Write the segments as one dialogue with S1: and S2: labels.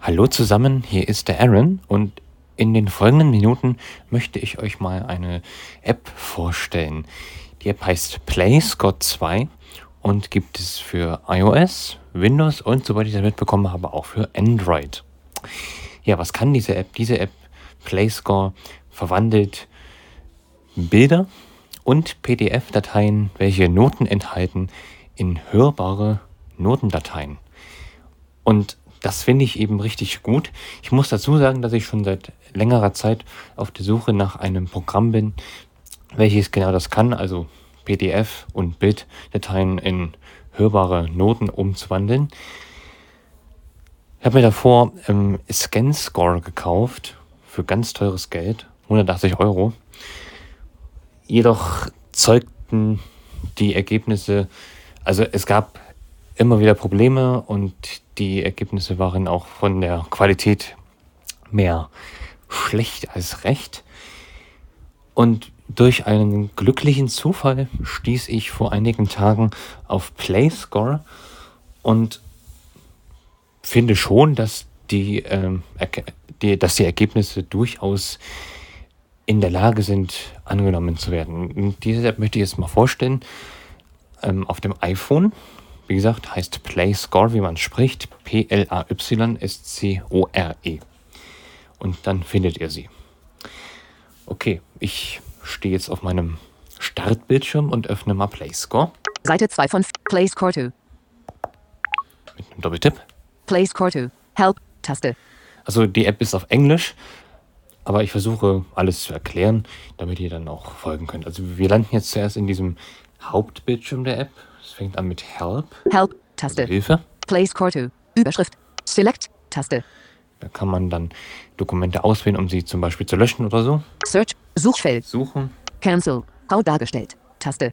S1: Hallo zusammen, hier ist der Aaron und in den folgenden Minuten möchte ich euch mal eine App vorstellen. Die App heißt PlayScot 2 und gibt es für iOS, Windows und soweit ich das mitbekommen habe, auch für Android. Ja, was kann diese App? Diese App PlayScore verwandelt Bilder und PDF-Dateien, welche Noten enthalten, in hörbare Notendateien. Und das finde ich eben richtig gut. Ich muss dazu sagen, dass ich schon seit längerer Zeit auf der Suche nach einem Programm bin, welches genau das kann, also PDF und Bilddateien in hörbare Noten umzuwandeln. Ich habe mir davor ähm, ScanScore gekauft für ganz teures Geld, 180 Euro. Jedoch zeugten die Ergebnisse, also es gab immer wieder Probleme und die Ergebnisse waren auch von der Qualität mehr schlecht als recht. Und durch einen glücklichen Zufall stieß ich vor einigen Tagen auf PlayScore und finde schon, dass die, ähm, erke- die, dass die Ergebnisse durchaus in der Lage sind, angenommen zu werden. Und diese App möchte ich jetzt mal vorstellen. Ähm, auf dem iPhone, wie gesagt, heißt PlayScore, wie man spricht, P-L-A-Y-S-C-O-R-E. E. Und dann findet ihr sie. Okay, ich stehe jetzt auf meinem Startbildschirm und öffne mal PlayScore
S2: Seite 2 von F- Play Score 2.
S1: mit einem Doppeltipp.
S2: Play Score 2. Help. Taste.
S1: Also die App ist auf Englisch, aber ich versuche alles zu erklären, damit ihr dann auch folgen könnt. Also wir landen jetzt zuerst in diesem Hauptbildschirm der App. Es fängt an mit Help,
S2: Help.
S1: also
S2: Taste.
S1: Hilfe.
S2: Play Score 2. Überschrift. Select. Taste.
S1: Da kann man dann Dokumente auswählen, um sie zum Beispiel zu löschen oder so.
S2: Search. Suchfeld.
S1: Suchen,
S2: Cancel. Grau dargestellt. Taste.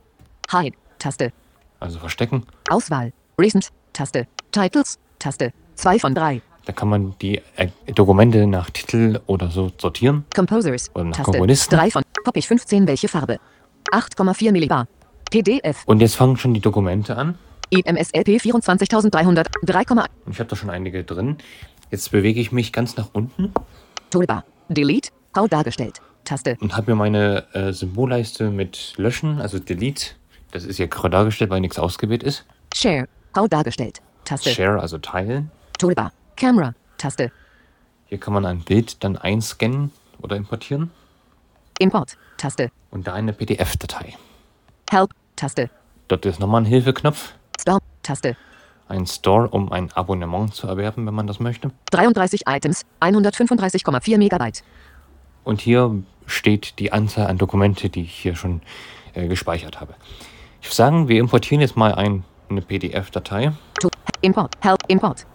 S2: Hide. Taste.
S1: also verstecken.
S2: Auswahl. Recent. Taste. Titles. Taste. 2 von 3.
S1: Da kann man die äh, Dokumente nach Titel oder so sortieren.
S2: Composers.
S1: Und nach
S2: Taste.
S1: Komponisten.
S2: 3 von. Copic 15. Welche Farbe? 8,4 Millibar. PDF.
S1: Und jetzt fangen schon die Dokumente an.
S2: IMSLP 24300. 3,1.
S1: Und ich habe da schon einige drin. Jetzt bewege ich mich ganz nach unten
S2: Toolbar. Delete. Grau dargestellt. Taste.
S1: und habe mir meine äh, Symbolleiste mit Löschen, also Delete, das ist hier grau dargestellt, weil nichts ausgewählt ist.
S2: Share. Grau dargestellt. Taste.
S1: Share, also teilen.
S2: Toolbar. Camera. Taste.
S1: Hier kann man ein Bild dann einscannen oder importieren
S2: Import. Taste.
S1: und da eine PDF-Datei.
S2: Help. Taste.
S1: Dort ist nochmal ein Hilfeknopf,
S2: Store. Taste.
S1: ein Store, um ein Abonnement zu erwerben, wenn man das möchte.
S2: 33 Items. 135,4 Megabyte.
S1: Und hier steht die Anzahl an Dokumente, die ich hier schon äh, gespeichert habe. Ich würde sagen, wir importieren jetzt mal ein, eine PDF-Datei.
S2: To Import. Help. Import.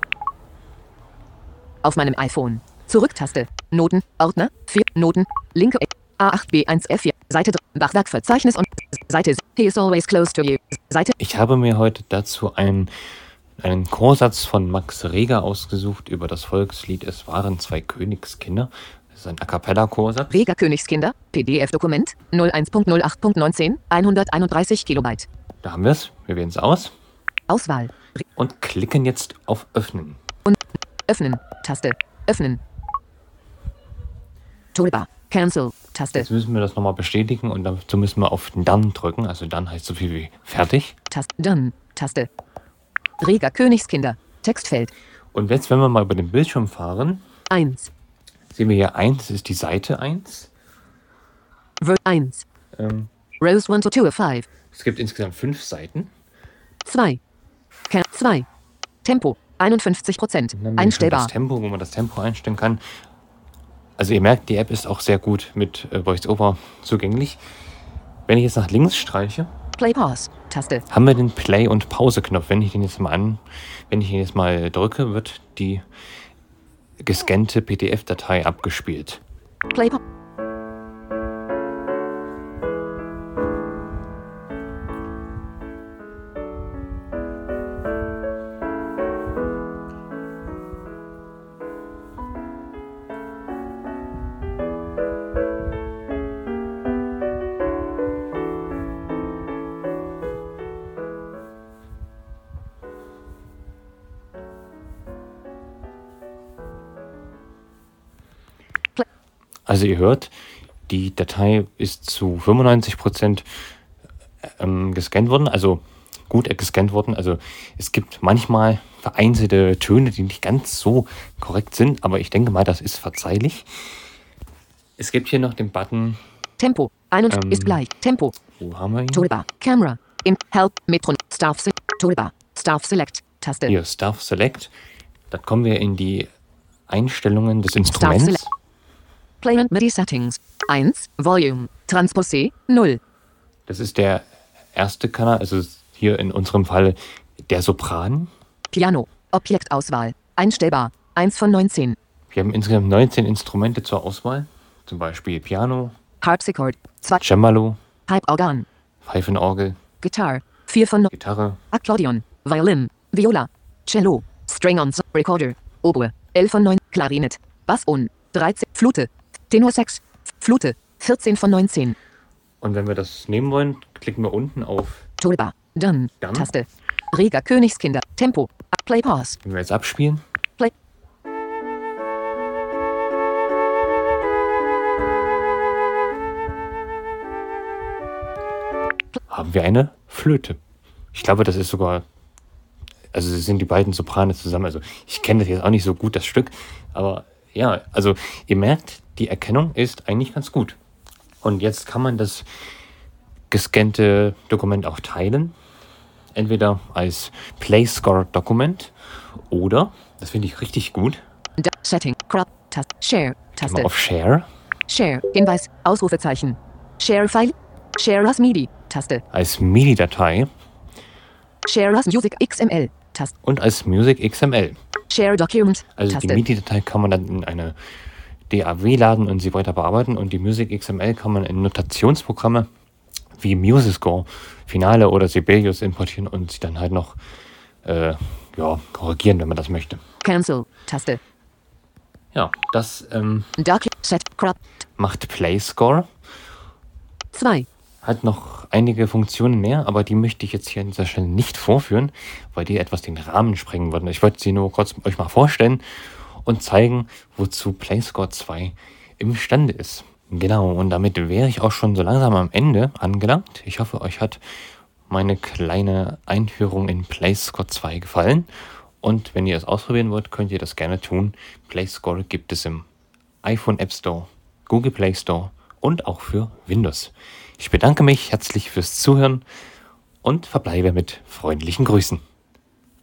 S2: Auf meinem iPhone. Zurücktaste. Noten. Ordner. 4. Noten. Linke. E- A8B1F4. Seite 3. Bachwerkverzeichnis und Seite. He is always close to you. Seite.
S1: Ich habe mir heute dazu einen, einen Chorsatz von Max Reger ausgesucht über das Volkslied Es waren zwei Königskinder. Das ist ein A cappella-Chorsatz.
S2: Rega Königskinder. PDF-Dokument. 01.08.19. 131 Kilobyte.
S1: Da haben wir es. Wir wählen es aus
S2: Auswahl.
S1: und klicken jetzt auf Öffnen.
S2: Öffnen. Taste. Öffnen. Toolbar. Cancel. Taste.
S1: Jetzt müssen wir das nochmal bestätigen und dazu müssen wir auf Dann drücken. Also Dann heißt so viel wie fertig.
S2: Taste. Done. Taste. Reger Königskinder. Textfeld.
S1: Und jetzt, wenn wir mal über den Bildschirm fahren,
S2: 1.
S1: sehen wir hier 1 ist die Seite 1.
S2: Ver 1.
S1: Ähm,
S2: Rows 1 to 2 of 5.
S1: es gibt insgesamt fünf Seiten.
S2: 2. Kern 2. Tempo. 51 Prozent.
S1: Dann haben wir schon
S2: Einstellbar.
S1: Ne, Das Tempo, wo man das Tempo einstellen kann. Also ihr merkt, die App ist auch sehr gut mit äh, VoiceOver zugänglich. Wenn ich jetzt nach links streiche,
S2: Play Pause. Taste.
S1: haben wir den Play- und Pause-Knopf. Wenn ich den jetzt mal an, wenn ich ihn jetzt mal drücke, wird die gescannte PDF-Datei abgespielt.
S2: Play Pause.
S1: Also ihr hört, die Datei ist zu 95 Prozent ähm, gescannt worden, also gut äh, gescannt worden. Also es gibt manchmal vereinzelte Töne, die nicht ganz so korrekt sind, aber ich denke mal, das ist verzeihlich. Es gibt hier noch den Button,
S2: Tempo. 51
S1: Ähm.
S2: ist gleich. Tempo.
S1: wo haben wir ihn?
S2: Toolbar. Camera. Im Help. Metron. Staff. Se Toolbar. Staff Select. Taste.
S1: Hier, Staff Select. Da kommen wir in die Einstellungen des Instruments.
S2: Select. Play and MIDI Settings. 1. Volume. Transposé. 0.
S1: Das ist der erste Kanal, also hier in unserem Fall der Sopran.
S2: Piano. Objektauswahl. Einstellbar. 1 von 19.
S1: Wir haben insgesamt 19 Instrumente zur Auswahl. Zum Beispiel Piano,
S2: Harpsichord. 2.
S1: Cembalo,
S2: Pipeorgan.
S1: Pfeifenorgel,
S2: Guitar. 4 von 9.
S1: Gitarre,
S2: Akkordeon. Violin. Viola. Cello. String-ons. Recorder. Oboe. 11 von 9. Klarinett. Basson. 13. Flute. Tenor 6. Flute. 14 von 19.
S1: Und wenn wir das nehmen wollen, klicken wir unten auf,
S2: Toolbar. Done.
S1: Done.
S2: Taste. Reger Königskinder. Tempo. Play Pause.
S1: wenn wir jetzt abspielen,
S2: Play.
S1: haben wir eine Flöte. Ich glaube, das ist sogar, also es sind die beiden Soprane zusammen. Also ich kenne das jetzt auch nicht so gut, das Stück, aber ja, also ihr merkt, die Erkennung ist eigentlich ganz gut. Und jetzt kann man das gescannte Dokument auch teilen entweder als PlayScore-Dokument oder, das finde ich richtig gut,
S2: Da Setting. Crop. Taste. Share. Taste.
S1: mal auf Share
S2: Share. Hinweis. Ausrufezeichen. Share File. Share as MIDI. Taste.
S1: als MIDI-Datei
S2: Share as Music XML. Taste.
S1: und als Music XML.
S2: Share Document.
S1: Also die
S2: Taste.
S1: MIDI-Datei kann man dann in eine DAW laden und sie weiter bearbeiten und die Music XML kann man in Notationsprogramme wie Musiscore, Finale oder Sibelius importieren und sie dann halt noch äh, ja, korrigieren, wenn man das möchte.
S2: Cancel. Taste.
S1: Ja, das ähm,
S2: Doc. Set. Crop.
S1: macht PlayScore.
S2: 2.
S1: hat noch einige Funktionen mehr, aber die möchte ich jetzt hier an dieser Stelle nicht vorführen, weil die etwas den Rahmen sprengen würden. Ich wollte sie nur kurz euch mal vorstellen und zeigen, wozu PlayScore 2 imstande ist. Genau, und damit wäre ich auch schon so langsam am Ende angelangt. Ich hoffe, euch hat meine kleine Einführung in PlayScore 2 gefallen. Und wenn ihr es ausprobieren wollt, könnt ihr das gerne tun. PlayScore gibt es im iPhone App Store, Google Play Store und auch für Windows. Ich bedanke mich herzlich fürs Zuhören und verbleibe mit freundlichen Grüßen.